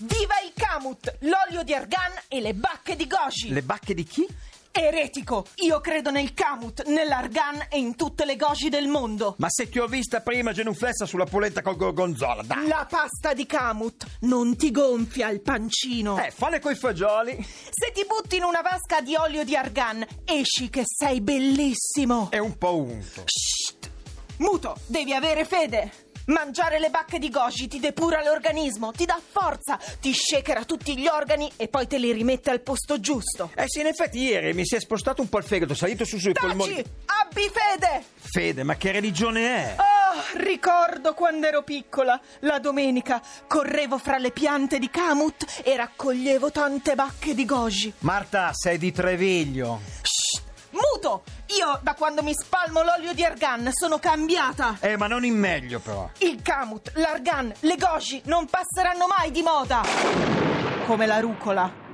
Viva il Kamut, l'olio di argan e le bacche di goji. Le bacche di chi? Eretico, io credo nel Kamut, nell'argan e in tutte le goji del mondo. Ma se ti ho vista prima genuflessa sulla poletta col gorgonzola, dai! La pasta di Kamut non ti gonfia il pancino. Eh, fale coi fagioli! Se ti butti in una vasca di olio di argan, esci che sei bellissimo. È un po' unto. Shh! Muto, devi avere fede. Mangiare le bacche di goji ti depura l'organismo, ti dà forza, ti shakera tutti gli organi e poi te li rimette al posto giusto. Eh sì, in effetti ieri mi si è spostato un po' il fegato, è salito su sui Taci! polmoni. Abbi fede! Fede, ma che religione è? Oh, ricordo quando ero piccola, la domenica, correvo fra le piante di Kamut e raccoglievo tante bacche di goji. Marta, sei di Treviglio. Shh! Muto! Io, da quando mi spalmo l'olio di argan, sono cambiata. Eh, ma non in meglio però. Il Kamut, l'argan, le goji non passeranno mai di moda. Come la rucola.